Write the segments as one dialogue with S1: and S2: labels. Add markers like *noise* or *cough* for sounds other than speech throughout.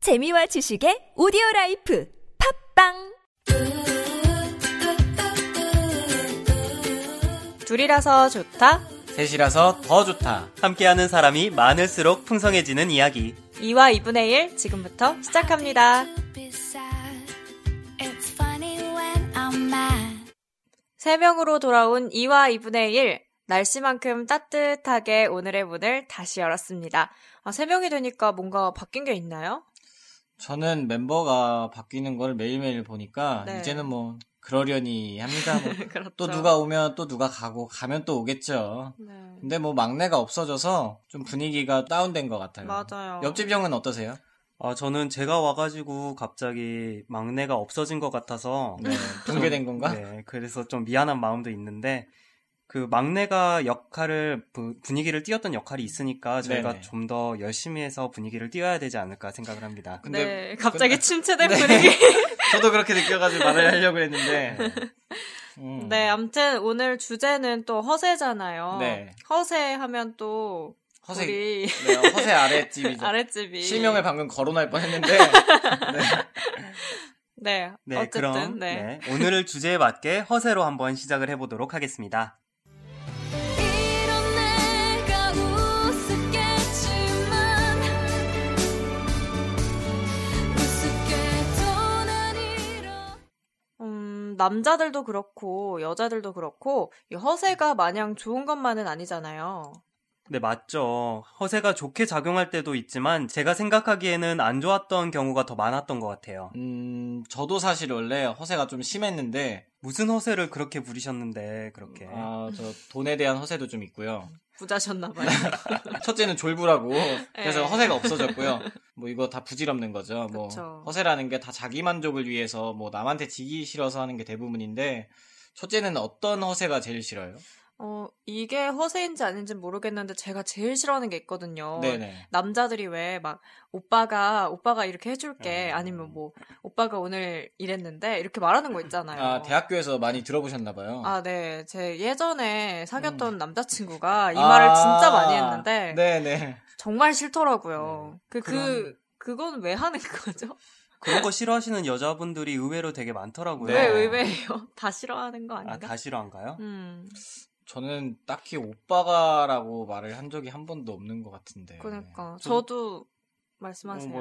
S1: 재미와 지식의 오디오 라이프 팝빵
S2: 둘이라서 좋다.
S3: 셋이라서 더 좋다. 함께하는 사람이 많을수록 풍성해지는 이야기.
S2: 2와 2분의 1 지금부터 시작합니다.
S4: It's funny when I'm mad.
S2: 3명으로 돌아온 2와 2분의 1. 날씨만큼 따뜻하게 오늘의 문을 다시 열었습니다. 아, 3명이 되니까 뭔가 바뀐 게 있나요?
S5: 저는 멤버가 바뀌는 걸 매일매일 보니까
S2: 네.
S5: 이제는 뭐 그러려니 합니다. 뭐
S2: *laughs* 그렇죠.
S5: 또 누가 오면 또 누가 가고 가면 또 오겠죠.
S2: 네.
S5: 근데 뭐 막내가 없어져서 좀 분위기가 다운된 것 같아요.
S2: 맞아요.
S5: 옆집 형은 어떠세요?
S3: 아, 저는 제가 와가지고 갑자기 막내가 없어진 것 같아서. *laughs*
S5: 네, 붕괴된 건가?
S3: 네, 그래서 좀 미안한 마음도 있는데, 그 막내가 역할을, 부- 분위기를 띄었던 역할이 있으니까 저희가
S5: 네네.
S3: 좀 더 열심히 해서 분위기를 띄워야 되지 않을까 생각을 합니다.
S2: 네,
S5: 근데-
S2: 갑자기
S5: *laughs* 근데-
S2: 침체된
S5: 네.
S2: 분위기.
S5: 저도 그렇게 느껴가지고
S2: *laughs*
S5: 말을 하려고 했는데. 음.
S2: 네, 암튼 오늘 주제는 또 허세잖아요.
S5: 네.
S2: 허세 하면 또
S5: 허세,
S2: 우리
S5: 네, 허세 아랫집이죠.
S2: 아랫집이
S5: 실명을 방금
S2: *laughs*
S5: 거론할 뻔했는데.
S2: 네,
S3: 네,
S2: 어쨌든
S3: 그럼
S2: 네.
S3: 네, 오늘을 주제에 맞게 허세로 한번 시작을 해보도록 하겠습니다.
S4: 이런 내가 우습겠지만 우습게도 난 이런
S2: 음, 남자들도 그렇고 여자들도 그렇고 이 허세가 마냥 좋은 것만은 아니잖아요.
S3: 네, 맞죠. 허세가 좋게 작용할 때도 있지만 제가 생각하기에는 안 좋았던 경우가 더 많았던 것 같아요.
S5: 음, 저도 사실 원래 허세가 좀 심했는데,
S3: 무슨 허세를 그렇게 부리셨는데
S2: 네.
S3: 그렇게
S5: 아, 저 돈에 대한 허세도 좀 있고요. 아,
S2: 부자셨나 봐요. *laughs*
S5: 첫째는 졸부라고 그래서
S2: 예.
S5: 허세가 없어졌고요. 뭐 이거 다 부질없는 거죠. 뭐
S2: 그쵸.
S5: 허세라는 게 다 자기 만족을 위해서 뭐 남한테 지기 싫어서 하는 게 대부분인데 첫째는 어떤 허세가 제일 싫어요?
S2: 어, 이게 허세인지 아닌지 모르겠는데 제가 제일 싫어하는 게 있거든요.
S5: 네네.
S2: 남자들이 왜 막 오빠가 오빠가 이렇게 해줄게
S5: 음.
S2: 아니면 뭐 오빠가 오늘 이랬는데 이렇게 말하는 거 있잖아요.
S5: 아 대학교에서 많이 들어보셨나 봐요.
S2: 아, 네. 제 예전에 사귀었던 남자친구가 이
S5: 아,
S2: 말을 진짜 많이 했는데
S5: 네네.
S2: 정말 싫더라고요. 그, 그,
S5: 그런-
S2: 그건 왜 하는 *laughs* 거죠?
S3: 그런 거 싫어하시는 여자분들이 의외로 되게 많더라고요.
S5: 네.
S2: 왜 의외예요? *laughs* 다 싫어하는 거 아닌가?
S3: 아, 다 싫어한가요?
S2: 음,
S5: 저는 딱히 오빠가라고 말을 한 적이 한 번도 없는 것 같은데.
S2: 그러니까
S3: 저도-
S2: 저도 말씀하세요.
S3: 어,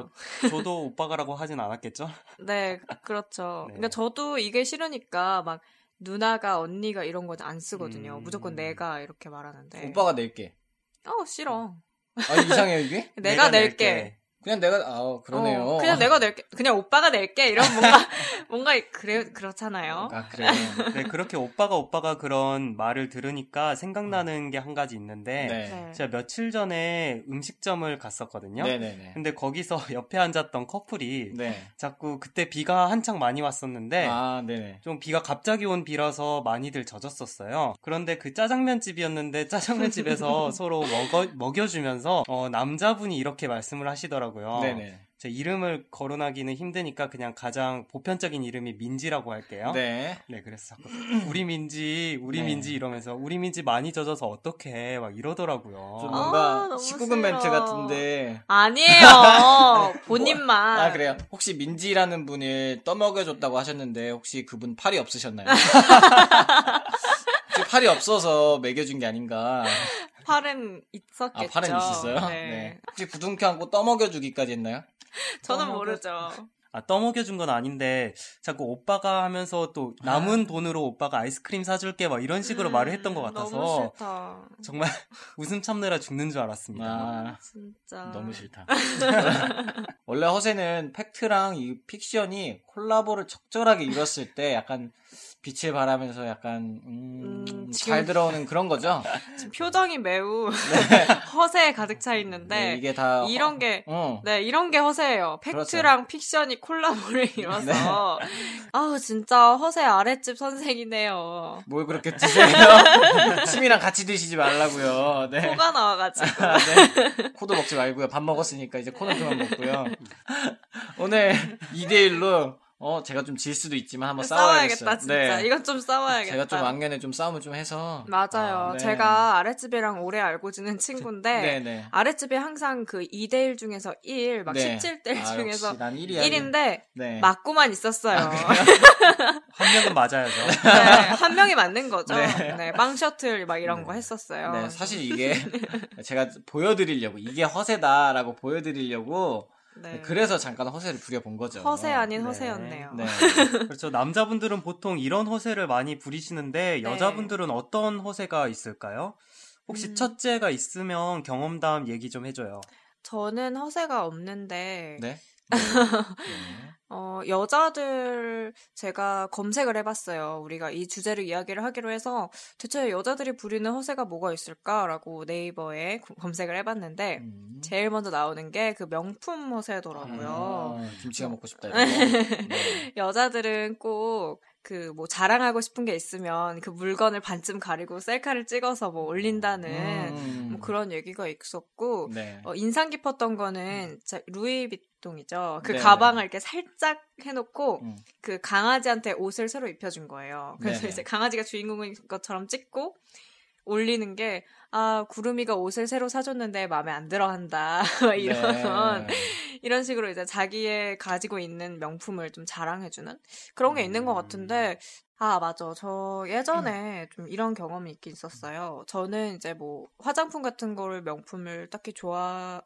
S3: 뭐, 저도 오빠가라고 하진 않았겠죠?
S2: *laughs* 네,
S5: *laughs*
S2: 그렇죠.
S3: 네.
S2: 그러니까 저도 이게 싫으니까 막 누나가 언니가 이런 건 안 쓰거든요.
S5: 음.
S2: 무조건 내가 이렇게 말하는데.
S5: 오빠가 낼게.
S2: 어 싫어.
S5: 아 이상해요 이게?
S2: *laughs* 내가, 낼게.
S5: 그냥 내가 아 그러네요.
S2: 어, 그냥 내가 낼게. 그냥 오빠가 낼게. 이런
S5: *laughs*
S2: 뭔가 *laughs* 뭔가 그래 그렇잖아요. *laughs*
S5: 아 그래요.
S3: 네, 그렇게 오빠가 오빠가 그런 말을 들으니까 생각나는 게 한 가지 있는데
S5: 네.
S3: 제가 며칠 전에 음식점을 갔었거든요.
S5: 네네네.
S3: 근데 거기서 *laughs* 옆에 앉았던 커플이
S5: 네.
S3: 자꾸 그때 비가 한창 많이 왔었는데
S5: 아 네네.
S3: 좀 비가 갑자기 온 비라서 많이들 젖었었어요. 그런데 그 짜장면 집이었는데 짜장면 집에서
S5: *laughs*
S3: 서로 먹여, 주면서 어, 남자분이 이렇게 말씀을 하시더라고요.
S5: 네네.
S3: 제 이름을 거론하기는 힘드니까 그냥 가장 보편적인 이름이 민지라고 할게요.
S5: 네.
S3: 네, 그래서 자꾸 우리 민지, 우리
S5: 네.
S3: 민지 이러면서 우리 민지 많이 젖어서 어떡해 막 이러더라고요.
S5: 좀
S2: 아,
S5: 뭔가
S2: 너무
S5: 19금 멘트
S2: 싫어.
S5: 같은데. *laughs*
S2: 아니에요. 본인만.
S5: 뭐. 아, 그래요? 혹시 민지라는 분을 떠먹여줬다고 하셨는데, 혹시 그분 팔이
S2: *laughs*
S5: 없으셨나요? 혹시 팔이 없어서 먹여준 게 아닌가.
S2: 팔은 있었겠죠.
S5: 아, 팔은 있었어요?
S2: 네.
S5: 혹시 부둥켜 안고 떠먹여주기까지 했나요?
S2: 저는
S5: 어,
S3: 떠먹여-
S2: 모르죠.
S3: 아, 떠먹여준 건 아닌데 자꾸 오빠가 하면서 또 남은 돈으로 오빠가 아이스크림 사줄게 막 이런 식으로 말을 했던 것
S2: 아. 음,
S3: 같아서
S2: 너무 싫다.
S3: 정말 *laughs* 웃음 참느라 죽는 줄 알았습니다. 뭐
S5: 아,
S2: 진짜. *laughs*
S5: 너무 싫다. 원래 허세는 팩트랑 이 픽션이 콜라보를 적절하게 이뤘을 때 약간 빛을 발하면서 약간, 음,
S2: 음, 지금-
S5: 잘 들어오는 그런
S2: *laughs*
S5: 거죠?
S2: 지금 표정이 매우 *laughs* 허세에 가득 차 있는데
S5: 네, 이게 다.
S2: 이런 게.
S5: 어.
S2: 네, 이런 게 허세예요.
S5: 그렇죠.
S2: 팩트랑 픽션이 콜라보를
S5: 네.
S2: 이뤄서. 아우, 진짜 허세 아랫집 선생이네요.
S5: 뭘 그렇게 드세요? *laughs* 침이랑 같이 드시지 말라고요. 네.
S2: 코가 나와가지고.
S5: 아, *laughs* 네. 코도 *laughs* 먹지 말고요. 밥 먹었으니까 이제 코는 그만 먹고요. 오늘 2대1로 어 제가 좀 질 수도 있지만 한번 싸워야겠어요.
S2: 싸워야겠다 진짜.
S5: 네.
S2: 이건 좀 싸워야겠다.
S5: 제가 좀 왕년에 좀 싸움을 좀 해서
S2: 맞아요.
S5: 아, 네.
S2: 제가 아랫집이랑 오래 알고 지낸 친구인데
S5: 네네
S2: 아랫집이 항상 그 2대1 중에서 1, 막 17대1
S5: 아,
S2: 중에서
S5: 역시 난 1위야.
S2: 1인데
S5: 네. 아,
S2: 맞고만 있었어요.
S3: 한 명은 맞아야죠.
S2: 네,
S5: *laughs*
S2: 한 명이 맞는 거죠.
S5: 네.
S2: 네. 빵 셔틀 막 이런
S5: 네.
S2: 거 했었어요. 네.
S5: 네, 사실
S2: *laughs*
S5: 이게 제가 보여드리려고 이게 허세다라고 보여드리려고
S2: 네.
S5: 그래서 잠깐 허세를 부려본 거죠.
S2: 허세 아닌
S3: 네.
S2: 허세였네요. *laughs*
S5: 네.
S3: 그렇죠. 남자분들은 보통 이런 허세를 많이 부리시는데
S2: 네.
S3: 여자분들은 어떤 허세가 있을까요? 혹시
S2: 음.
S3: 첫째가 있으면 경험담 얘기 좀 해줘요.
S2: 저는 허세가 없는데
S5: 네.
S2: 어, 여자들 제가 검색을 해봤어요. 우리가 이 주제를 이야기를 하기로 해서 대체 여자들이 부리는 허세가 뭐가 있을까라고 네이버에 구- 검색을 해봤는데
S5: 음.
S2: 제일 먼저 나오는 게 그 명품 허세더라고요.
S5: 아, 김치가 먹고 싶다.
S2: *laughs*
S5: 이거. 네.
S2: 여자들은 꼭 그 뭐 자랑하고 싶은 게 있으면 그 물건을 반쯤 가리고 셀카를 찍어서 뭐 올린다는
S5: 음.
S2: 뭐 그런 얘기가 있었고
S5: 네. 음.
S2: 어, 인상 깊었던 거는 진짜 루이비통이죠. 그
S5: 네,
S2: 가방을 이렇게 살짝 해놓고
S5: 음.
S2: 그 강아지한테 옷을 새로 입혀준 거예요. 그래서
S5: 네.
S2: 이제 강아지가 주인공인 것처럼 찍고 올리는 게, 아, 구름이가 옷을 새로 사줬는데 마음에 안 들어 한다. *laughs* 막 이런, *laughs*
S5: 네.
S2: 이런 식으로 이제 자기의 가지고 있는 명품을 좀 자랑해주는 그런 게 있는 것 같은데, 아, 맞아. 저 예전에 좀 이런 경험이 있긴 있었어요. 저는 이제 뭐 화장품 같은 거를 명품을 딱히 좋아,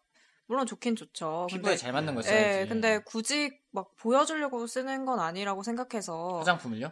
S2: 물론 좋긴 좋죠.
S5: 피부에 잘 맞는 거
S2: 예,
S5: 써야지.
S2: 근데 굳이 막 보여주려고 쓰는 건 아니라고 생각해서
S5: 화장품을요?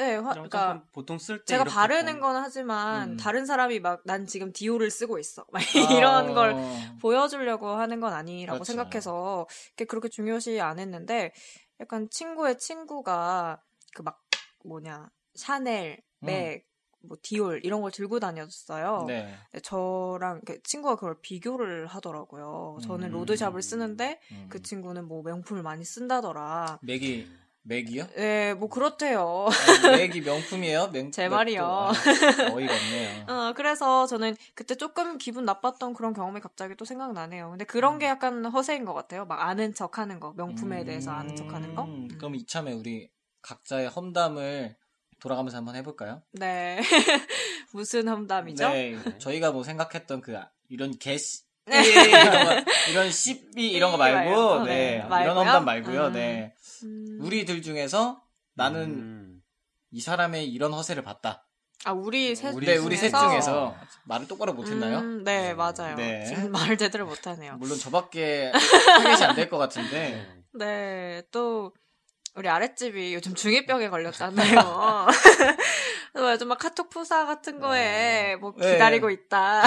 S2: 예, 화, 그러니까
S3: 화장품 보통 쓸 때
S2: 제가
S3: 이렇게
S2: 바르는
S3: 좀-
S2: 건 하지만
S5: 음.
S2: 다른 사람이 막 난 지금 디오를 쓰고 있어. 막 *laughs* 이런
S5: 아,
S2: 걸 보여주려고 하는 건 아니라고
S5: 그렇죠.
S2: 생각해서 그게 그렇게 중요시 안 했는데 약간 친구의 친구가 그 막 뭐냐 샤넬,
S5: 음.
S2: 맥, 뭐 디올 이런 걸 들고 다녔어요.
S5: 네.
S2: 근데 저랑 이렇게 친구가 그걸 비교를 하더라고요. 저는
S5: 음.
S2: 로드샵을 쓰는데
S5: 음.
S2: 그 친구는 뭐 명품을 많이 쓴다더라.
S5: 맥이
S2: *laughs*
S5: 맥이요?
S2: 예, 뭐 그렇대요.
S5: *laughs* 아, 맥이 명품이에요? 맥,
S2: 제
S5: 맥도-
S2: 말이요.
S5: 아, 어이가 없네요.
S2: *laughs* 어, 그래서 저는 그때 조금 기분 나빴던 그런 경험이 갑자기 또 생각나네요. 근데 그런
S5: 음.
S2: 게 약간 허세인 것 같아요. 막 아는 척 하는 거, 명품에 대해서 아는 척 하는 거.
S5: 음,
S2: 음.
S5: 그럼 이참에 우리 각자의 험담을 돌아가면서 한번 해볼까요?
S2: 네. *laughs* 무슨 험담이죠?
S5: 네. 저희가 뭐 생각했던 그 아- 이런 개씨
S2: *laughs* 네.
S5: 이런 거, 이런 씨비 이런 거 말고
S2: 말고,
S5: 네.
S2: 네.
S5: 이런
S2: 말고요?
S5: 험담 말고요.
S2: 음.
S5: 네.
S2: 음.
S5: 우리들 중에서 나는
S3: 음.
S5: 이 사람의 이런 허세를 봤다.
S2: 아, 우리 셋
S3: 우리
S5: 네,
S2: 중에서.
S5: 우리 셋 중에서 말을 똑바로 못했나요?
S2: 음, 네, 맞아요.
S5: 네.
S2: 지금 *laughs* 말 제대로 못하네요.
S5: 물론 저밖에 *laughs* 타겟이 안 될 것 같은데
S2: 네, 또 우리 아랫집이 요즘 중이병에
S5: *laughs*
S2: 걸렸잖아요. 그래서 요즘 막 카톡 푸사 같은 거에 뭐
S5: 네.
S2: 기다리고 있다.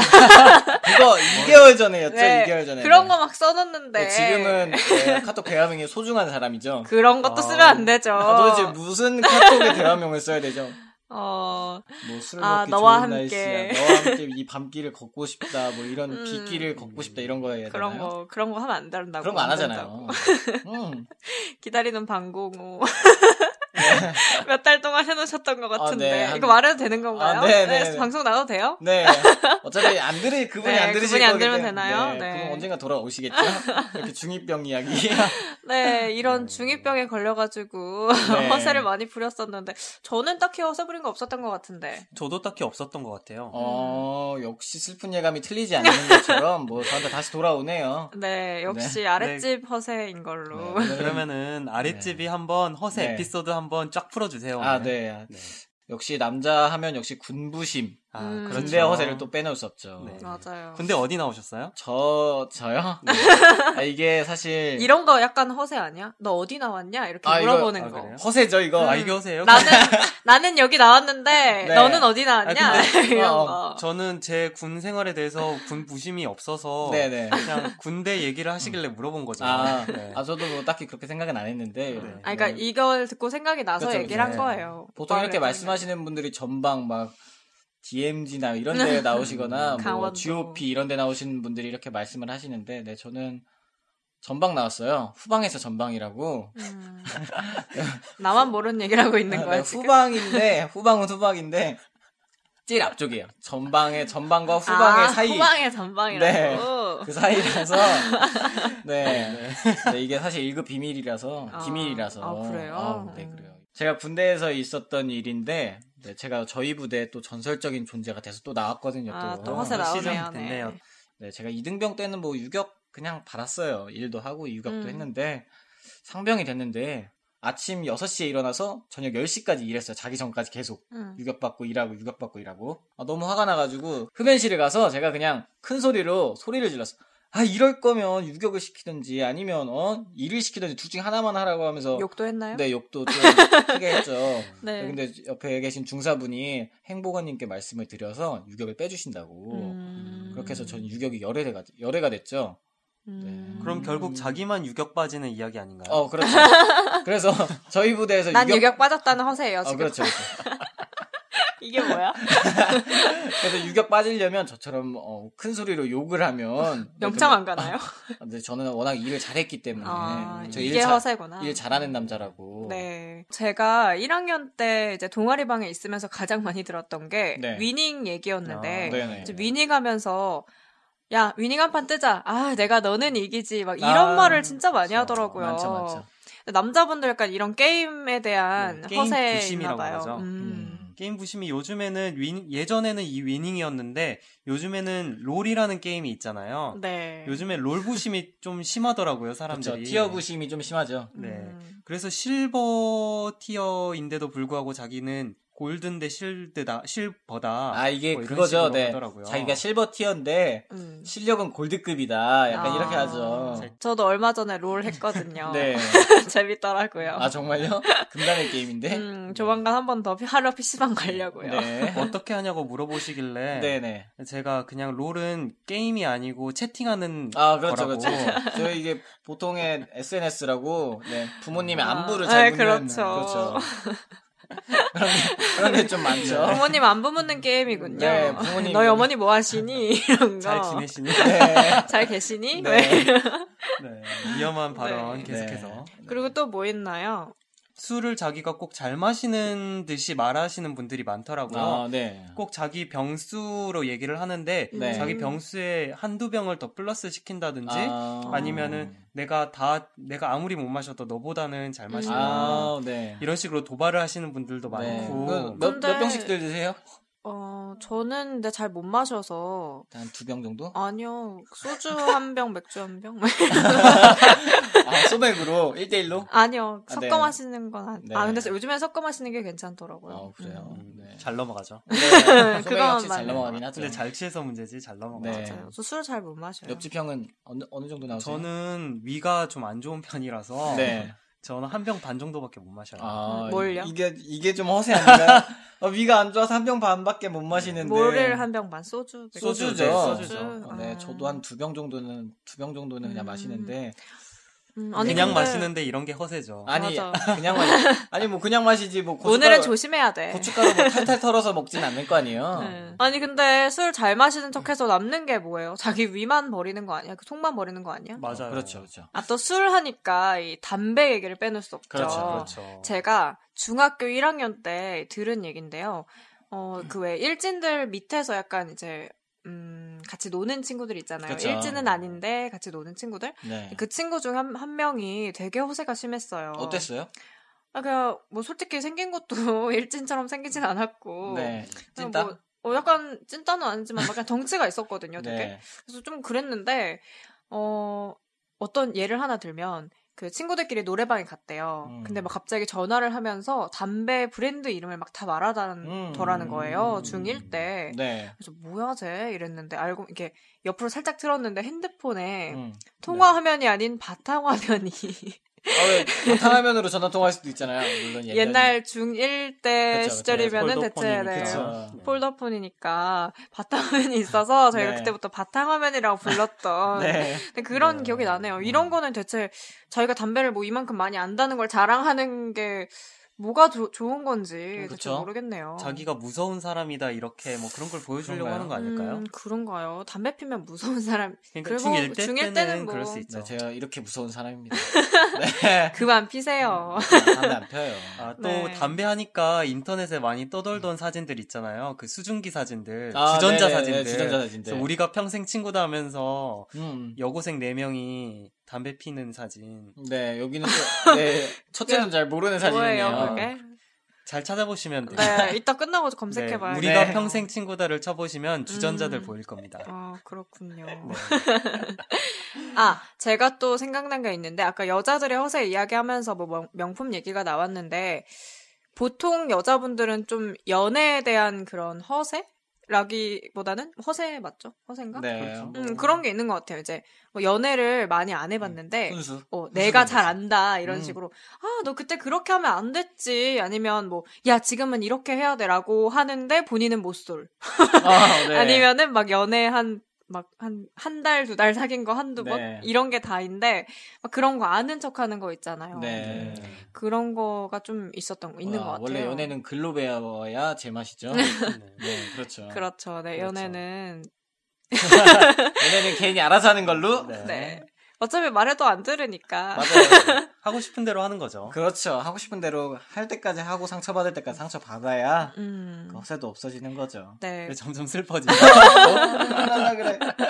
S5: 그거 2개월 전에였죠?
S2: 네,
S5: 2개월 전에
S2: 그런 거 막 써놓는데
S5: 네, 지금은 네, 카톡 대화명이 소중한 사람이죠.
S2: 그런 것도
S3: 아,
S2: 쓰면 안 되죠.
S5: 아, 도대체 무슨 카톡의 대화명을 써야 되죠?
S2: 어,
S5: 뭐 술을
S2: 아,
S5: 먹기
S2: 너와
S5: 좋은
S2: 함께.
S5: 날씨야. 너와 함께 이 밤길을 걷고 싶다. 뭐 이런
S2: 음.
S5: 빗길을 걷고 싶다 이런 거에
S2: 그런 거 그런 거 하면 안 된다고.
S5: 그런 거 안
S2: 된다고.
S5: 하잖아요. 음.
S2: 기다리는 방공호.
S5: *laughs*
S2: 몇 달 동안 해놓으셨던 것 같은데
S5: 네, 한-
S2: 이거 말해도 되는 건가요?
S5: 아, 네, 네, 네.
S2: 방송 나도 돼요?
S5: 네. 어차피 안 들을 그분이
S2: 네,
S5: 안 들으실
S2: 그분이 안
S5: 거기
S2: 들으면
S5: 때문에-
S2: 되나요?
S5: 네,
S2: 네.
S5: 그분 언젠가 돌아오시겠죠. 이렇게 중이병 이야기.
S2: *laughs* 네, 이런 중이병에 걸려가지고
S5: 네.
S2: *laughs* 허세를 많이 부렸었는데 저는 딱히 허세 부린 거 없었던 것 같은데.
S3: 저도 딱히 없었던 것 같아요.
S5: 어
S2: 음.
S5: 역시 슬픈 예감이 틀리지 않는 것처럼 뭐 저한테 다시 돌아오네요.
S2: 네, 역시 아랫집 허세인 걸로.
S5: 네,
S2: 네.
S5: 오늘은-
S3: 그러면은 아랫집이 한번 허세
S5: 네.
S3: 에피소드 한번 쫙 풀어주세요.
S5: 아
S3: 오늘.
S5: 네.
S3: 네.
S5: 역시 남자 하면 역시 군부심.
S3: 아,
S2: 음.
S3: 그렇죠.
S5: 군대 허세를 또 빼놓을 수 없죠.
S3: 네.
S2: 맞아요.
S3: 군대 어디 나오셨어요?
S5: 저 저요? 아, 이게 사실
S2: 이런 거 약간 허세 아니야? 너 어디 나왔냐? 이렇게
S5: 아, 이거-
S2: 물어보는
S3: 아,
S2: 거.
S3: 그래요?
S5: 허세죠 이거.
S3: 아, 이게 허세예요?
S2: 음, 나는 나는 여기 나왔는데
S5: 네.
S2: 너는 어디 나왔냐
S5: 아,
S2: *laughs*
S5: 근데-
S2: 이런
S5: 어,
S2: 거.
S3: 저는 제 군 생활에 대해서 군 부심이 없어서
S5: 네네.
S3: 그냥 군대 얘기를 하시길래 물어본 거죠.
S5: 아,
S3: 네.
S5: 아 저도 뭐 딱히 그렇게 생각은 안 했는데.
S3: 네.
S2: 아, 그러니까
S5: 뭐,
S2: 이걸 듣고 생각이 나서
S5: 그렇죠,
S2: 얘기를 한
S3: 네.
S2: 거예요.
S5: 보통 이렇게
S2: 오빠를
S5: 말씀하시는 분들이 전방 막 DMZ나 이런
S2: *laughs*
S5: 데 나오시거나 뭐
S2: 강원도.
S5: GOP 이런 데 나오시는 분들이 이렇게 말씀을 하시는데 네 저는 전방 나왔어요. 후방에서 전방이라고.
S2: 음. 나만 모르는 얘기를 하고 있는
S5: 아,
S2: 거야
S5: 네,
S2: 지금.
S5: 후방인데 후방은 후방인데 제일 앞쪽이에요. 전방의 전방과 후방의
S2: 아,
S5: 사이.
S2: 후방의 전방이라고. *laughs*
S5: 그 사이라서 네. 네, 이게 사실 1급 비밀이라서
S2: 아,
S5: 기밀이라서
S2: 아, 그래요?
S5: 아, 네 그래요. 제가 군대에서 있었던 일인데 네, 제가 저희 부대 또 전설적인 존재가 돼서 또 나왔거든요. 또,
S2: 아, 또 허세 나오네요.
S3: 시작이
S2: 네.
S3: 됐네요.
S5: 네, 제가 이등병 때는 뭐 유격 그냥 받았어요. 일도 하고 유격도
S2: 음.
S5: 했는데 상병이 됐는데 아침 6시에 일어나서 저녁 10시까지 일했어요. 자기 전까지 계속
S2: 음.
S5: 유격 받고 일하고 유격 받고 일하고 아, 너무 화가 나가지고 흡연실에 가서 제가 그냥 큰 소리로 소리를 질렀어. 아 이럴 거면 유격을 시키든지 아니면 어 일을 시키든지 둘 중 하나만 하라고 하면서
S2: 욕도 했나요?
S5: 네,
S2: *laughs*
S5: 욕도 좀 크게 했죠.
S2: 네.
S5: 근데 옆에 계신 중사분이 행보관님께 말씀을 드려서 유격을 빼주신다고.
S2: 음.
S5: 뭐 그렇게 해서 전 유격이 네. 열애가 열애가 됐죠.
S2: 음.
S3: 그럼 결국 자기만 유격 빠지는 이야기 아닌가요?
S5: 어 그렇죠.
S2: *laughs*
S5: 그래서 저희 부대에서
S2: 난 유격 빠졌다는 허세예요.
S5: 어
S2: 지금.
S5: 네, 그렇죠. 네, 그렇죠.
S2: *laughs* 이게 뭐야?
S5: 그래서 유격 빠지려면 저처럼 어, 큰 소리로 욕을 하면
S2: 명창 안 가나요?
S5: 근데, 근데 저는 워낙 일을 잘했기 때문에
S2: 아,
S5: 네. 저
S2: 이게
S5: 자-
S2: 허세구나.
S5: 일 잘하는 남자라고.
S2: 네. 제가 1학년 때 이제 동아리방에 있으면서 가장 많이 들었던 게
S5: 네.
S2: 위닝 얘기였는데
S3: 아,
S5: 네네.
S2: 이제 위닝 하면서 야, 위닝 한 판 뜨자. 아, 내가 너는 이기지. 막 이런
S5: 아,
S2: 말을 진짜 많이
S5: 그렇죠.
S2: 하더라고요.
S5: 많죠, 많죠.
S2: 남자분들 약간 이런 게임에 대한
S3: 네, 게임
S2: 허세인가
S3: 부심이라고
S2: 봐요.
S3: 그러죠.
S2: 음.
S5: 음.
S3: 게임 부심이 요즘에는 윈- 예전에는 이 위닝이었는데 요즘에는 롤이라는 게임이 있잖아요.
S2: 네.
S3: 음. 요즘에 롤 부심이 좀 심하더라고요
S5: 그렇죠.
S3: 사람들이.
S5: 티어 부심이 좀 심하죠.
S3: 네.
S2: 음.
S3: 그래서 실버 티어인데도 불구하고 자기는 골든데 실드다 실버다.
S5: 아 이게
S3: 뭐 이런
S5: 그거죠.
S3: 식으로
S5: 네.
S3: 하더라고요.
S5: 자기가 실버 티어인데
S2: 음.
S5: 실력은 골드급이다. 약간
S2: 아.
S5: 이렇게 하죠.
S2: 저도 얼마 전에 롤
S3: 아.
S2: 했거든요.
S5: 네.
S2: *laughs* 재밌더라고요.
S5: 아 정말요? *laughs* 금단의 게임인데.
S2: 음, 조만간 한 번 더 하러 PC방 가려고요.
S5: 네.
S3: 어떻게 하냐고 물어보시길래
S5: *laughs* 네네.
S3: 제가 그냥 롤은 게임이 아니고 채팅하는
S5: 아 그렇죠
S3: 거라고.
S5: 그렇죠. 저희 이게 보통의 SNS라고 네, 부모님의
S2: 아,
S5: 안부를
S2: 네,
S5: 잘 묻는
S2: 그렇죠.
S5: 그렇죠. 그런 게- 그런 게 좀 많죠.
S3: 네.
S2: 부모님 안 부묻는 게임이군요.
S5: 네, 부모님.
S2: 너희 어머니 뭐 하시니? 이런 거.
S3: *laughs* 잘 지내시니?
S5: 네.
S2: 잘 계시니?
S5: 네.
S2: 네.
S3: 네, 위험한 발언
S2: 네.
S3: 계속해서.
S5: 네.
S2: 그리고 또 뭐 있나요?
S3: 술을 자기가 꼭 잘 마시는 듯이 말하시는 분들이 많더라고요.
S5: 아, 네.
S3: 꼭 자기 병수로 얘기를 하는데
S5: 네.
S3: 자기 병수에 한두 병을 더 플러스 시킨다든지
S5: 아,
S3: 아니면은 내가 다 내가 아무리 못 마셔도 너보다는 잘 마신다
S5: 아, 네.
S3: 이런 식으로 도발을 하시는 분들도
S5: 네.
S3: 많고 음,
S5: 그 몇,
S2: 근데-
S5: 몇 병씩 들 드세요?
S2: 어, 저는 근데 잘 못 마셔서.
S5: 한 두 병 정도?
S2: 아니요. 소주 한 병, 맥주 한 병?
S5: 아, 소맥으로 1대1로?
S2: 아니요.
S5: 아, 네.
S2: 섞어 마시는 건 아니. 아,
S5: 네.
S2: 근데 요즘엔 섞어 마시는 게 괜찮더라고요.
S5: 아, 그래요.
S3: 음,
S5: 네.
S3: 잘 넘어가죠.
S5: 네. 소맥
S2: 그건
S5: 역시 잘
S2: 맞네요.
S5: 넘어가긴 하죠.
S3: 근데 잘 취해서 문제지 잘 넘어가죠.
S5: 네.
S2: 음, 맞아요. 저 술을 잘 못 마셔요.
S5: 옆집 형은 어느, 어느 정도 나오세요?
S3: 저는 위가 좀 안 좋은 편이라서
S5: 네.
S3: 저는 한 병 반 정도밖에 못 마셔요.
S5: 아,
S2: 음, 뭘요?
S5: 이게 이게 좀 허세 *laughs* 아닌가요? 어, 위가 안 좋아서 한 병 반밖에 못 마시는데.
S2: 뭐를 한 병 반? 소주? 맥주?
S5: 소주죠.
S3: 소주죠. 소주죠.
S5: 어, 네,
S2: 아.
S5: 저도 한 두 병 정도는 두 병 정도는
S2: 음.
S5: 그냥 마시는데
S2: 음, 아니,
S3: 그냥
S2: 근데
S3: 마시는데 이런 게 허세죠.
S5: 아니
S2: 음, 맞아.
S5: 그냥 마시 아니 뭐 그냥 마시지
S2: *laughs*
S5: 뭐 고춧가루,
S2: 오늘은 조심해야 돼.
S5: 고춧가루 뭐 탈탈 털어서 먹진 않을 거 아니에요.
S2: 네. 아니 근데 술 잘 마시는 척해서 남는 게 뭐예요? 자기 위만 버리는 거 아니야? 그 속만 버리는 거 아니야?
S3: 맞아요.
S5: 그렇죠, 그렇죠.
S2: 아 또 술 하니까 이 담배 얘기를 빼놓을 수 없죠.
S5: 그렇죠,
S3: 그렇죠.
S2: 제가 중학교 1학년 때 들은 얘긴데요. 어, 그 왜 일진들 밑에서 약간 이제 음, 같이 노는 친구들 있잖아요.
S5: 그쵸.
S2: 일진은 아닌데 같이 노는 친구들.
S5: 네.
S2: 그 친구 중 한 한 명이 되게 호세가 심했어요.
S5: 어땠어요?
S2: 아, 그냥 뭐 솔직히 생긴 것도 *laughs* 일진처럼 생기진 않았고.
S5: 네.
S2: 그냥
S5: 찐따?
S2: 뭐, 어, 약간 찐따는 아니지만 약간 덩치가 있었거든요, 되게.
S5: 네.
S2: 그래서 좀 그랬는데 어 어떤 예를 하나 들면 그 친구들끼리 노래방에 갔대요.
S5: 음.
S2: 근데 막 갑자기 전화를 하면서 담배 브랜드 이름을 막 다
S5: 음.
S2: 말하더라는 거예요. 중1 때.
S5: 네.
S2: 그래서 뭐야 쟤 이랬는데 알고 이렇게 옆으로 살짝 틀었는데 핸드폰에
S5: 음.
S2: 통화 화면이 아닌 바탕 화면이 *laughs*
S5: 아, 왜 바탕 화면으로 전화 통화할 수도 있잖아요.
S2: *laughs*
S5: 물론 네. 옛날.
S2: 옛날 중1 때
S5: 그쵸, 그쵸.
S2: 시절이면은 대체
S3: 폴더폰이니까.
S2: 네.
S5: 그쵸.
S2: 폴더폰이니까 바탕화면이 있어서 저희가
S5: 네.
S2: 그때부터 바탕화면이라고 불렀던
S5: 네.
S2: 근데 그런
S3: 네.
S2: 기억이 나네요. 이런 거는 대체 자기가 담배를 뭐 이만큼 많이 안다는 걸 자랑하는 게 뭐가 조- 좋은 건지 대체
S5: 그쵸.
S2: 모르겠네요.
S3: 음, 자기가 무서운 사람이다 이렇게 뭐 그런 걸 보여주려고
S5: 그런가요?
S3: 하는 거 아닐까요?
S2: 음, 그런가요? 담배 피면 무서운
S3: *laughs*
S2: 사람
S3: 그러니까
S2: 그리고
S3: 중1 때
S2: 중일
S3: 때는,
S2: 때는
S3: 그럴
S2: 뭐-
S3: 수
S5: 네,
S3: 있죠.
S5: 제가 이렇게 무서운 사람입니다. 네.
S2: 그만 피세요.
S3: 음,
S5: 담배 안 펴요.
S3: 아, 또
S2: 네.
S3: 담배 하니까 인터넷에 많이 떠돌던 사진들 있잖아요. 그 수증기 사진들,
S5: 아,
S3: 주전자
S5: 네네네,
S3: 사진들.
S5: 주전자 사진들.
S3: 그래서 우리가 평생 친구다 하면서
S5: 음.
S3: 여고생 4명이 담배 피는 사진.
S5: 네, 여기는 또,
S2: *laughs*
S5: 네, 첫째는 잘 모르는
S2: 그 뭐예요,
S5: 사진이네요.
S2: 그게?
S3: 잘 찾아보시면 돼요.
S2: 네, 이따 끝나고
S3: 네,
S2: 검색해봐요.
S3: 우리가
S5: 네.
S3: 평생 친구다를 쳐보시면 주전자들
S2: 음.
S3: 보일 겁니다.
S2: 아, 그렇군요.
S3: 네.
S2: 아, 제가 또 생각난 게 있는데, 아까 여자들의 허세 이야기하면서 뭐 명- 명품 얘기가 나왔는데, 보통 여자분들은 좀 연애에 대한 그런 허세? 라기보다는 허세 맞죠? 허세인가?
S5: 네.
S3: 그렇죠.
S2: 음, 그런 게 있는 것 같아요. 이제 뭐 연애를 많이 안 해봤는데,
S5: 순수.
S2: 어,
S5: *laughs*
S2: 내가 잘
S5: 거지.
S2: 안다 이런
S5: 음.
S2: 식으로 아 너 그때 그렇게 하면 안 됐지 아니면 뭐 야 지금은 이렇게 해야 돼라고 하는데 본인은 못쏠
S5: 아, 네.
S2: 아니면은 막 연애 한막한한 달 두 달 사귄 거 한두
S5: 네.
S2: 번 이런 게 다인데 막 그런 거 아는 척하는 거 있잖아요.
S5: 네.
S2: 그런 거가 좀 어, 있었던 거 있는
S5: 와,
S2: 것 같아요.
S5: 원래 연애는 글로 배워야
S2: *laughs*
S5: 제맛이죠. 네, 그렇죠.
S2: 그렇죠. 네
S5: 그렇죠.
S2: 연애는
S5: 얘네는 괜히 알아서 하는 걸로.
S3: 네.
S2: 네. 어차피 말해도 안 들으니까.
S5: 맞아요.
S3: 하고 싶은 대로 하는 거죠.
S5: 그렇죠. 하고 싶은 대로 할 때까지 하고 상처 받을 때까지 상처 받아야
S2: 음.
S5: 그 허세도 없어지는 거죠.
S2: 네.
S3: 네, 점점 슬퍼지죠.
S5: 하려 그래. 네.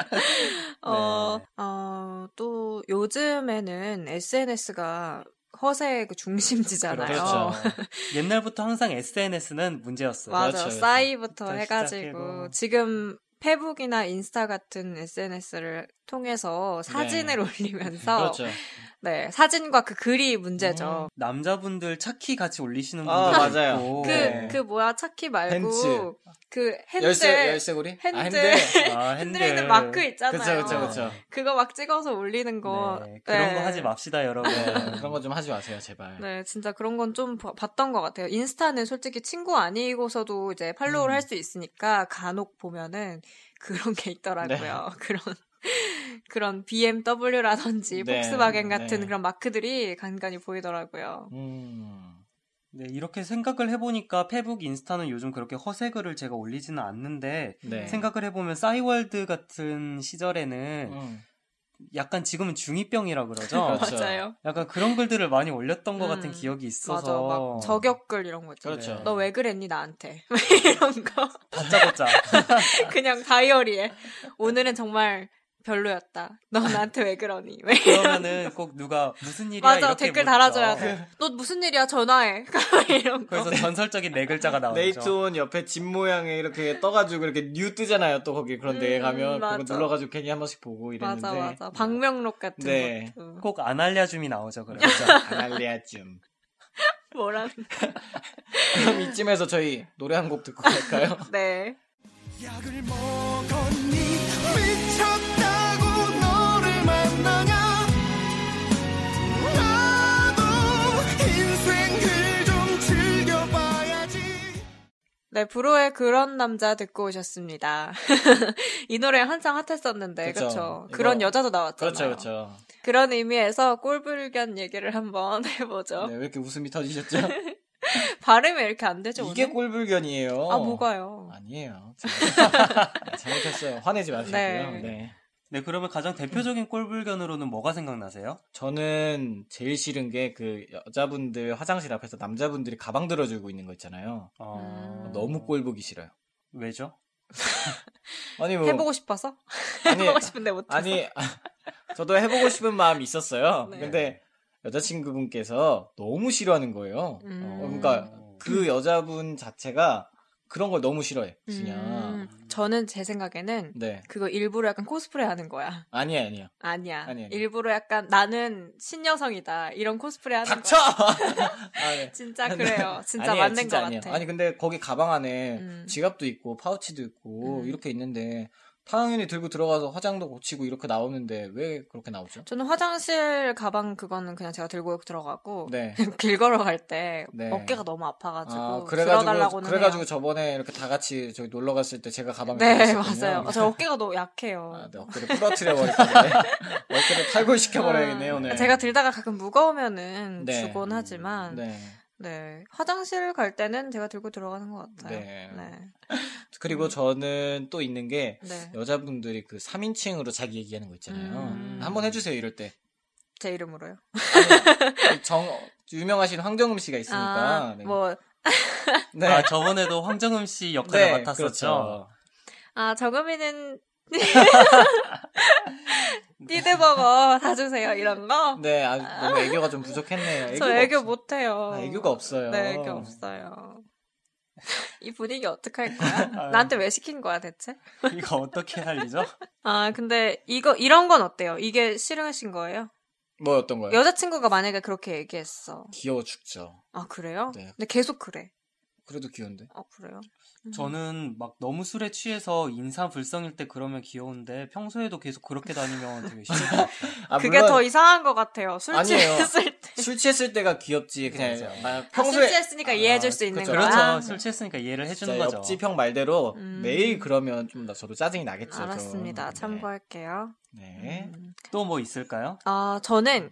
S2: 어, 어, 또 요즘에는 SNS가 허세의 그 중심지잖아요.
S5: 그렇죠.
S2: *laughs*
S3: 옛날부터 항상 SNS는 문제였어요.
S2: 맞아요.
S5: 그렇죠.
S2: 싸이부터
S3: 일단
S2: 해가지고
S3: 시작해고.
S2: 지금 페북이나 인스타 같은 SNS를 통해서 사진을 올리면서
S5: 네. 그렇죠. 음,
S2: 네 사진과 그 글이 문제죠.
S3: 남자분들 차키 같이 올리시는 분들
S5: 아, 맞아요.
S3: 있고
S2: 그 그
S5: 네.
S2: 뭐야 차키 말고
S5: 벤츠.
S2: 그 핸들
S5: 열쇠 열쇠고리?
S2: 핸들. 네.
S5: 아, 핸들.
S2: *laughs*
S3: 아,
S2: 핸들에 있는 마크 있잖아요.
S5: 그렇죠, 그렇죠, 그렇죠.
S2: 그거 막 찍어서 올리는 거
S3: 네, 그런
S2: 네.
S3: 거 하지 맙시다
S2: *laughs*
S3: 여러분.
S5: 네. 그런 거 좀 하지 마세요, 제발.
S2: 네, 진짜 그런 건 좀 봤던 것 같아요. 인스타는 솔직히 친구 아니고서도 이제
S5: 음.
S2: 팔로우를 할 수 있으니까 간혹 보면은 *laughs* 그런 게 있더라고요.
S5: 네.
S2: *laughs* 그런 그런 BMW라든지
S5: 네,
S2: 폭스바겐 같은
S5: 네.
S2: 그런 마크들이 간간히 보이더라고요.
S5: 음.
S3: 네, 이렇게 생각을 해보니까 페북, 인스타는 요즘 그렇게 허세글을 제가 올리지는 않는데
S5: 네.
S3: 생각을 해보면 싸이월드 같은 시절에는
S5: 음.
S3: 약간 지금은 중이병이라 그러죠.
S5: 그렇죠.
S2: 맞아요.
S3: 약간 그런 글들을 많이 올렸던 것
S2: 음,
S3: 같은 기억이
S2: 맞아,
S3: 있어서
S2: 막 저격글 이런 거 있잖아요.
S5: 그렇죠.
S2: 너 왜 그랬니 나한테 *laughs* 이런 거 *laughs*
S3: 다짜고짜
S2: 그냥 다이어리에 오늘은 정말 별로였다. 너 나한테 왜 그러니? 왜
S3: 그러면은 꼭 누가 무슨 일이야
S2: 맞아
S3: 이렇게
S2: 댓글
S3: 묻죠.
S2: 달아줘야
S5: 네.
S2: 돼. 너 무슨 일이야 전화해. *laughs* 이런 거.
S3: 그래서 전설적인 네 글자가 나오죠.
S5: 네이트온 옆에 집 모양에 이렇게 떠가지고 이렇게 뉴 뜨잖아요. 또 거기 그런 데에
S2: 음,
S5: 가면 그거
S2: 맞아.
S5: 눌러가지고 괜히 한 번씩 보고 이랬는데
S2: 맞아 맞아 방명록 같은
S5: 네.
S2: 것도
S3: 꼭 안 알려줌이 나오죠. 그래서
S5: 그렇죠. 아날리아 쯤.
S2: 뭐라는
S5: 그럼 이쯤에서 저희 노래 한 곡 듣고 갈까요?
S2: 네
S6: 약을 먹었니 미쳤다고 너를 만나냐 나도 인생을 좀 즐겨봐야지
S2: 네, 브로의 그런 남자 듣고 오셨습니다. *laughs* 이 노래 한창 핫했었는데,
S5: 그쵸.
S2: 그렇죠.
S5: 이거-
S2: 그런 여자도 나왔잖아요.
S5: 그렇죠, 그렇죠.
S2: 런 의미에서 꼴불견 얘기를 한번 *laughs* 해보죠.
S5: 네, 왜 이렇게 웃음이
S2: *laughs*
S5: 터지셨죠?
S2: 발음이 이렇게 안 되죠?
S5: 이게
S2: 오늘?
S5: 꼴불견이에요.
S2: 아, 뭐가요?
S5: 아니에요. *laughs* 잘못- 잘못했어요. 화내지 마시고요.
S2: 네.
S5: 네.
S3: 네 그러면 가장
S5: 음.
S3: 대표적인 꼴불견으로는 뭐가 생각나세요?
S5: 저는 제일 싫은 게 그 여자분들 화장실 앞에서 남자분들이 가방 들어주고 있는 거 있잖아요.
S3: 어,
S2: 음.
S5: 너무 꼴보기 싫어요.
S3: 왜죠?
S5: 아니 뭐
S2: 해보고 싶어서?
S5: 아니,
S2: 해보고 싶은데 못해서.
S5: 아니 *laughs* 저도 해보고 싶은 마음이 있었어요.
S2: 네.
S5: 근데 여자친구분께서 너무 싫어하는 거예요.
S2: 음.
S3: 어,
S5: 그러니까 그 여자분 자체가 그런 걸 너무 싫어해. 그냥
S2: 음, 저는 제 생각에는
S5: 네
S2: 그거 일부러 약간 코스프레 하는 거야.
S5: 아니야 아니야.
S2: 아니야.
S5: 아니, 아니.
S2: 일부러 약간 나는 신여성이다. 이런 코스프레 하는
S5: 닥쳐.
S2: 거야.
S5: *laughs* 아, 네.
S2: 진짜 그래요. 진짜
S5: 아니에요,
S2: 맞는
S5: 진짜
S2: 것
S5: 아니에요.
S2: 같아.
S5: 아니 그 근데 거기 가방 안에
S2: 음.
S5: 지갑도 있고 파우치도 있고
S2: 음.
S5: 이렇게 있는데 당연히 들고 들어가서 화장도 고치고 이렇게 나오는데 왜 그렇게 나오죠?
S2: 저는 화장실 가방 그거는 그냥 제가 들고 들어가고
S5: 네.
S2: *laughs* 길 걸어갈 때
S5: 네.
S2: 어깨가 너무 아파가지고
S5: 아,
S2: 들어달라고는
S5: 그래가지고
S2: 해요.
S5: 그래가지고 저번에 이렇게 다 같이 저기 놀러 갔을 때 제가 가방을
S2: 네
S5: 들고
S2: *laughs*
S5: 있었거든요.
S2: 맞아요. 저 어깨가 너무 약해요.
S5: 아, 네, 어깨를 부러뜨려
S2: *laughs*
S5: 버리겠네. 어깨를 탈골시켜 버려야겠네요
S2: 아,
S5: 오늘.
S2: 제가 들다가 가끔 무거우면은
S5: 네.
S2: 주곤 하지만 네.
S5: 네.
S2: 네. 화장실 갈 때는 제가 들고 들어가는 것 같아요.
S5: 네.
S2: 네.
S5: 그리고 저는 또 있는 게
S2: 네.
S5: 여자분들이 그 3인칭으로 자기 얘기하는 거 있잖아요.
S2: 음.
S5: 한번 해주세요 이럴 때.
S2: 제 이름으로요.
S5: 아니, 정 유명하신 황정음 씨가 있으니까.
S2: 아,
S5: 네.
S2: 뭐,
S5: 네.
S3: 아, 저번에도 황정음 씨 역할을
S5: 네,
S3: 맡았었죠.
S2: 아,
S5: *laughs*
S2: 저금이는 *laughs* 띠드버거 사주세요, 이런 거?
S5: 네, 아, 너무 애교가 좀 부족했네요. 아, 애교가
S2: 저 애교
S5: 없-
S2: 못해요.
S5: 아, 애교가 없어요.
S2: 네, 애교 없어요. *laughs* 이 분위기 어떡할
S5: *laughs*
S2: 거야?
S5: 아.
S2: 나한테 왜 시킨 거야, 대체?
S5: 그렇죠.
S3: 이거 어떻게 할리죠?
S2: 아, 근데 이거, 이런 건 어때요? 이게 싫으신 거예요?
S5: 뭐 어떤 거요?
S2: 여자친구가 만약에 그렇게 얘기했어.
S5: 귀여워 죽죠.
S2: 아, 그래요?
S5: 네.
S2: 근데 계속 그래.
S5: 그래도 귀여운데.
S2: 아, 그래요?
S3: 저는 막 너무 술에 취해서 인사 불성일 때 그러면 귀여운데 평소에도 계속 그렇게 다니면 되게 싫을 것
S5: *laughs*
S3: 같아요.
S5: 아,
S2: 그게
S5: 물론
S2: 더 이상한 것 같아요. 술
S5: 아니에요.
S2: 취했을 때.
S5: 술 취했을 때가 귀엽지. 그냥
S3: 맞아요.
S5: 아,
S2: 술 취했으니까 이해해줄 수 있는
S5: 그렇죠.
S2: 거야.
S3: 그렇죠. 술 취했으니까 이해를
S5: 진짜
S3: 해주는 거죠.
S5: 옆집 형 말대로
S2: 음.
S5: 매일 그러면 좀 나- 저도 짜증이 나겠죠. 좀.
S2: 알았습니다.
S5: 네.
S2: 참고할게요. 음,
S5: 네.
S3: 또 뭐 있을까요?
S2: 아, 저는,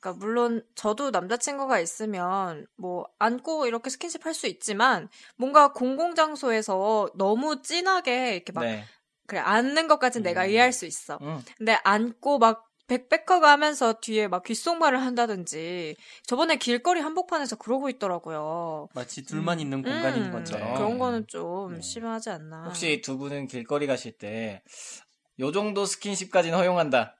S2: 그러니까 물론 저도 남자친구가 있으면 뭐 안고 이렇게 스킨십 할 수 있지만 뭔가 공공장소에서 너무 진하게 이렇게 막
S5: 네.
S2: 그래 안는 것까진 내가
S5: 음.
S2: 이해할 수 있어.
S5: 음.
S2: 근데 안고 막 백백허가 하면서 뒤에 막 귓속말을 한다든지 저번에 길거리 한복판에서 그러고 있더라고요.
S3: 마치 둘만
S2: 음.
S3: 있는 공간인
S2: 음,
S3: 것처럼.
S2: 그런 거는 좀
S5: 네.
S2: 심하지 않나.
S5: 혹시 두 분은 길거리 가실 때, 요 정도 스킨십까지는 허용한다.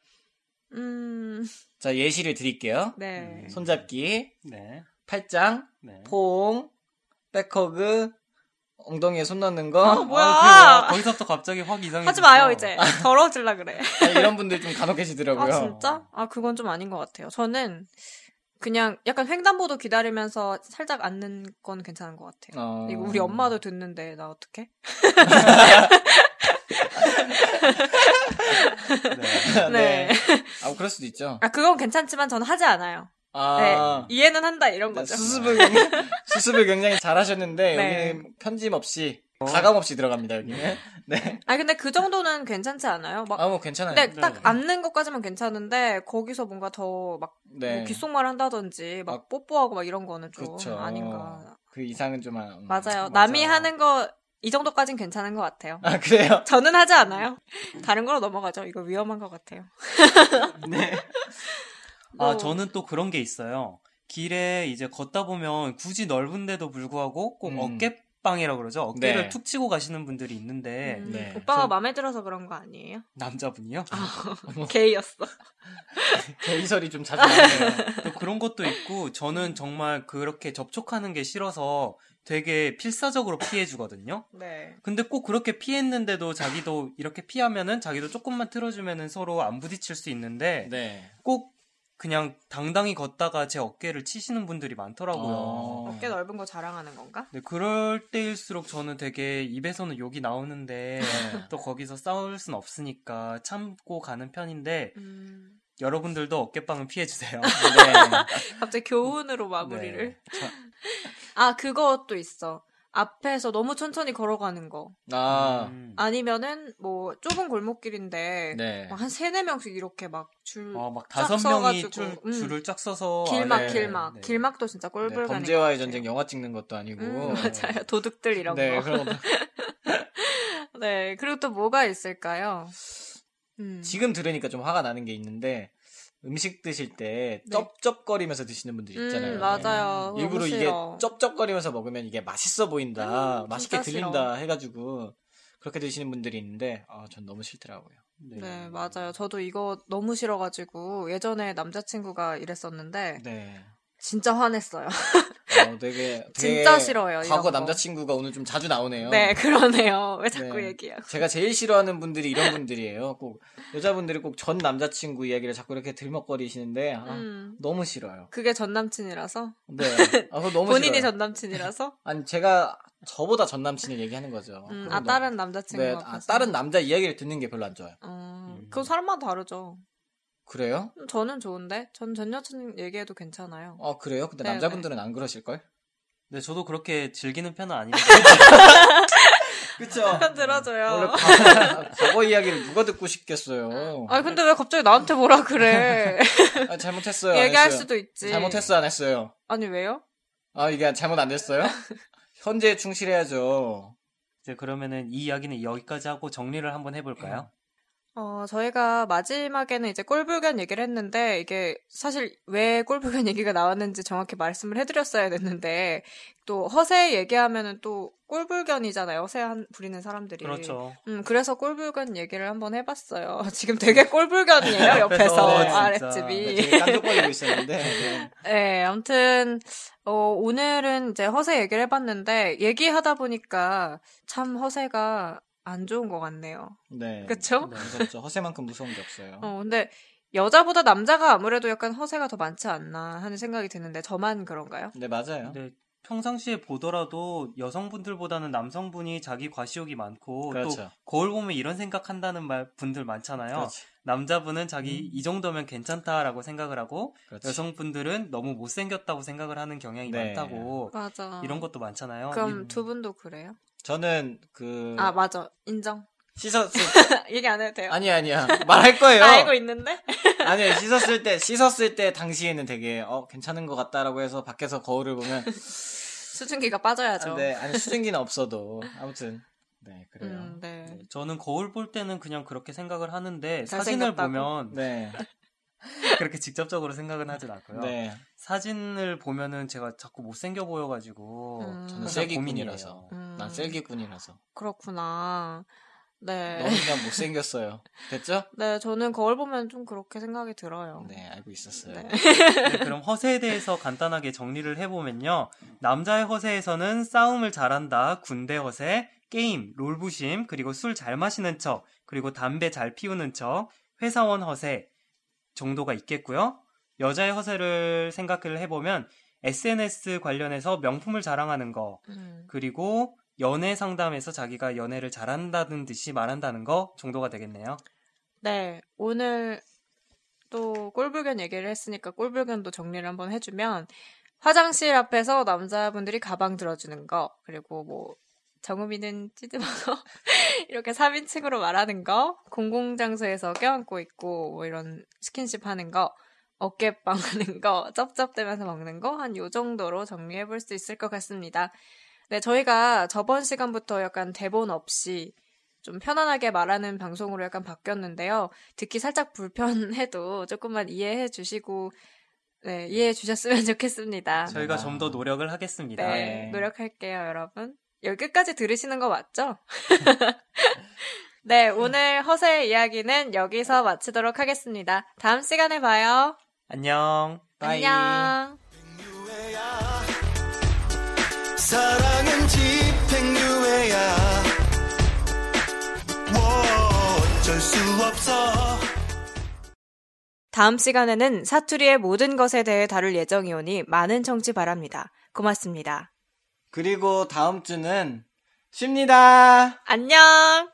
S2: 음,
S5: 자, 예시를 드릴게요.
S2: 네.
S3: 음.
S5: 손잡기,
S3: 네.
S5: 팔짱,
S3: 네.
S5: 포옹, 백허그, 엉덩이에 손 넣는 거.
S2: 어, 뭐야?
S3: 아, 그게 뭐야? 거기서부터 갑자기 확 이상해.
S2: 하지 마요 이제 더러워질라 그래.
S5: 아, 이런 분들 좀 간혹
S2: 아
S5: 계시더라고요.
S2: 진짜? 아 그건 좀 아닌 것 같아요. 저는 그냥 약간 횡단보도 기다리면서 살짝 앉는 건 괜찮은 것 같아요.
S5: 어.
S2: 이거 우리 엄마도 듣는데 나 어떡해?
S3: 네.
S5: *laughs* 네. 아, 그럴 수도 있죠.
S2: 아 그건 괜찮지만 저는 하지 않아요. 네.
S5: 아.
S2: 이해는 한다 *laughs* 이런 거죠.
S5: 수습을, 굉장히- 수습을 굉장히 잘하셨는데,
S2: 네.
S5: 여기는 편집 없이, 가감 없이 들어갑니다, 여기는. 네.
S2: 아 근데 그 정도는 괜찮지 않아요? 막
S5: 아, 뭐 괜찮아요.
S2: 근데
S3: 네.
S2: 딱 앉는 것까지만 괜찮은데 거기서 뭔가 더막
S5: 네.
S2: 귓속말 한다든지 막
S5: 막-
S2: 뽀뽀하고 막 이런 거는 좀
S5: 그쵸.
S2: 아닌가.
S5: 그 이상은 좀, 안- 음,
S2: 맞아요. 남이 하는 거 이 정도까진 괜찮은 것 같아요.
S5: 아,
S2: *laughs*
S5: 그래요?
S2: 저는 하지 않아요.
S5: 음.
S2: 다른 걸로 넘어가죠. 이거 위험한 것 같아요.
S3: 아,
S2: 뭐-
S3: 저는 또 그런 게 있어요. 길에 이제 걷다 보면 굳이 넓은데도 불구하고 꼭
S5: 음.
S3: 어깨빵이라고 그러죠. 어깨를
S5: 네.
S3: 툭 치고 가시는 분들이 있는데
S2: 음,
S5: 네.
S2: 오빠가
S3: 저-
S2: 마음에 들어서 그런 거 아니에요? *laughs*
S3: 남자분이요?
S2: 게이였어.
S5: 개이설이 좀 자주 나네요.
S3: *laughs* 또 그런 것도 있고 저는 정말 그렇게 접촉하는 게 싫어서 되게 필사적으로 피해 주거든요.
S2: 네.
S3: 근데 꼭 그렇게 피했는데도 자기도 이렇게 피하면은 자기도 조금만 틀어주면은 서로 안 부딪힐 수 있는데
S5: 네.
S3: 꼭 그냥 당당히 걷다가 제 어깨를 치시는 분들이 많더라고요.
S5: 어.
S2: 어깨 넓은 거 자랑하는 건가?
S3: 네, 그럴 때일수록 저는 되게 입에서는 욕이 나오는데 또 거기서 싸울 순 없으니까 참고 가는 편인데
S2: 음,
S3: 여러분들도 어깨빵은 피해주세요.
S2: *laughs* 갑자기 교훈으로 마무리를.
S3: 네.
S2: 아 그것도 있어. 앞에서 너무 천천히 걸어가는 거.
S5: 아,
S3: 음.
S2: 아니면은 뭐 좁은 골목길인데
S5: 네.
S2: 막뭐 한 세네 명씩 이렇게 막 줄
S3: 어, 막
S2: 음, 쫙
S3: 다섯 명이
S2: 서가지고,
S3: 줄,
S2: 음.
S3: 줄을 쫙 서서
S2: 길막
S5: 아, 네.
S2: 길막
S3: 네.
S2: 길막도 진짜
S5: 네,
S2: 꼴불가는
S5: 범죄와의 전쟁 영화 찍는 것도 아니고.
S2: 음, *laughs* 맞아요. 도둑들 이런
S5: 네,
S2: 거. *laughs*
S5: 그런 것도.
S2: 네. 그리고 또 뭐가 있을까요? 음.
S5: 지금 들으니까 좀 화가 나는 게 있는데 음식 드실 때
S2: 네.
S5: 쩝쩝거리면서 드시는 분들 있잖아요. 네.
S2: 음, 맞아요.
S5: 일부러
S2: 너무
S5: 이게
S2: 싫어.
S5: 쩝쩝거리면서 먹으면 이게 맛있어 보인다,
S2: 음,
S5: 맛있게
S2: 진짜 싫어.
S5: 들린다 해가지고 그렇게 드시는 분들이 있는데 아, 전 너무 싫더라고요.
S2: 네, 맞아요. 저도 이거 너무 싫어가지고 예전에 남자친구가 이랬었는데 *laughs*
S5: 네.
S2: 진짜 화냈어요.
S5: 어, 되게, 되게
S2: 진짜 싫어요, 이런
S5: 과거
S2: 거.
S5: 남자친구가 오늘 좀 자주 나오네요.
S2: 네, 그러네요. *laughs* 왜 자꾸
S5: 어. 네.
S2: 얘기해요?
S5: 제가 제일 싫어하는 분들이 이런 분들이에요. 꼭 여자분들이 꼭 전 남자친구 이야기를 자꾸 이렇게 들먹거리시는데 아,
S2: 음.
S5: 너무 싫어요.
S2: 그게 전 남친이라서 *laughs*
S5: 네. 아, 그거 너무
S2: 본인이
S5: 싫어요.
S2: 전 남친이라서
S5: 아니 제가 저보다 전 남친을 얘기하는 거죠.
S2: 음,
S5: 그건
S2: 아
S5: 너무-
S2: 다른 남자친구
S5: 네, 아,
S2: 앞에서
S5: 다른 남자 음. 이야기를 듣는 게 별로 안 좋아요.
S2: 어, 그건 사람마다 다르죠. 음,
S5: 그래요?
S2: 저는 좋은데 전 전 여친 얘기해도 괜찮아요.
S5: 아 그래요? 근데
S2: 네,
S5: 남자분들은 안 그러실 걸?
S3: 네, 저도 그렇게 즐기는
S2: *laughs*
S3: 편은 아닌데
S5: 그쵸.
S2: 편 들어줘요.
S5: 원래 과거, *laughs* 과거 이야기를 누가 듣고 싶겠어요.
S2: 아 근데 왜 갑자기 나한테 뭐라 그래?
S5: *laughs* 아, 잘못했어요. 안
S2: *laughs* 얘기할
S5: 했어요.
S2: 수도 있지.
S5: 잘못했어 안 했어요.
S2: 아니 왜요?
S5: 아, 이게 잘못 안
S2: *laughs*
S5: 됐어요? 현재에 충실해야죠.
S3: 이제 그러면은 이 이야기는 여기까지 하고 정리를 한번 해볼까요?
S2: 어, 저희가 마지막에는 이제 꼴불견 얘기를 했는데, 이게 사실 왜 꼴불견 *laughs* 얘기가 나왔는지 정확히 말씀을 해드렸어야 됐는데, 또 허세 얘기하면은 또 꼴불견이잖아요. 허세 한, 부리는 사람들이.
S3: 그렇죠.
S2: 음, 그래서 꼴불견 얘기를 한번 해봤어요. *laughs* 지금 되게 꼴불견이에요, 옆에서.
S5: 옆에서, 네,
S2: 아랫집이.
S5: 되게 깜짝거리고
S2: *laughs*
S5: 있었는데. 네.
S2: 네, 아무튼 어, 오늘은 이제 허세 얘기를 해봤는데 얘기하다 보니까 참 허세가 안 좋은 것 같네요.
S5: 네.
S2: 그쵸?
S5: 네, 무섭죠. 허세만큼 무서운 게 없어요.
S2: 어, 근데 여자보다 남자가 아무래도 약간 허세가 더 많지 않나 하는 생각이 드는데 저만 그런가요?
S5: 네, 맞아요.
S3: 근데 평상시에 보더라도 여성분들보다는 남성분이 자기 과시욕이 많고 또
S5: 그렇죠.
S3: 거울 보면 이런 생각한다는 말 분들 많잖아요.
S5: 그렇지. 음.
S3: 남자분은 자기 이 정도면 괜찮다라고 생각을 하고
S5: 그렇지.
S3: 여성분들은 너무 못생겼다고 생각을 하는 경향이
S5: 네.
S3: 많다고
S2: 맞아.
S3: 이런 것도 많잖아요.
S2: 그럼
S5: 음.
S3: 이-
S2: 두 분도 그래요?
S5: 저는 그
S2: 아 맞아 인정. *laughs*
S5: 씻었을
S2: 얘기 안 해도 돼요.
S5: 아니 아니야 말할 거예요.
S2: 알고 있는데.
S5: *laughs* 아니 씻었을 때 씻었을 때 당시에는 되게 어 괜찮은 것 같다라고 해서 밖에서 거울을 보면
S2: 수증기가 빠져야죠.
S5: 아, 네 아니 수증기는 없어도 아무튼 네 그래요.
S2: 음, 네.
S3: 저는 거울 볼 때는 그냥 그렇게 생각을 하는데 사진을
S2: 잘생겼다고?
S3: 보면
S5: 네,
S3: *laughs* 그렇게 직접적으로 생각은 하진 않고요.
S5: 네,
S3: 사진을 보면은 제가 자꾸 못생겨 보여가지고
S2: 음.
S5: 저는
S3: 항상
S5: 쐐기꾼이라서.
S3: 고민이에요.
S2: 음,
S5: 난 셀기꾼이라서
S2: 그렇구나. 네.
S5: 너무 그냥 못생겼어요. 됐죠?
S2: 네, 저는 거울 보면 좀 그렇게 생각이 들어요.
S5: 네 알고 있었어요.
S2: 네.
S5: *laughs*
S3: 네, 그럼 허세에 대해서 간단하게 정리를 해보면요. 남자의 허세에서는 싸움을 잘한다, 군대 허세, 게임, 롤부심, 그리고 술 잘 마시는 척, 그리고 담배 잘 피우는 척, 회사원 허세 정도가 있겠고요. 여자의 허세를 생각을 해보면 SNS 관련해서 명품을 자랑하는 거,
S2: 음.
S3: 그리고 연애 상담에서 자기가 연애를 잘한다는 듯이 말한다는 거 정도가 되겠네요.
S2: 네, 오늘 또 꼴불견 얘기를 했으니까 꼴불견도 정리를 한번 해주면 화장실 앞에서 남자분들이 가방 들어주는 거 그리고 뭐 정우미는 찌드먹어 *laughs* 이렇게 3인칭으로 말하는 거 공공장소에서 껴안고 있고 뭐 이런 스킨십 하는 거 어깨빵 하는 거 쩝쩝대면서 먹는 거 한 요 정도로 정리해 볼 수 있을 것 같습니다. 네, 저희가 저번 시간부터 약간 대본 없이 좀 편안하게 말하는 방송으로 약간 바뀌었는데요. 듣기 살짝 불편해도 조금만 이해해 주시고, 네, 이해해 주셨으면 좋겠습니다.
S3: 저희가
S5: 아.
S3: 좀 더 노력을 하겠습니다.
S2: 네,
S5: 네.
S2: 노력할게요, 여러분. 여기 끝까지 들으시는 거
S5: *laughs*
S2: 맞죠? 네, 오늘 허세 이야기는 여기서 마치도록 하겠습니다. 다음 시간에 봐요.
S3: 안녕.
S5: 빠이.
S2: 안녕.
S6: 유예야. 사랑은 집행유예야 뭐 어쩔 수 없어
S2: 다음 시간에는 사투리의 모든 것에 대해 다룰 예정이오니 많은 청취 바랍니다. 고맙습니다.
S5: 그리고 다음 주는 쉽니다.
S2: 안녕!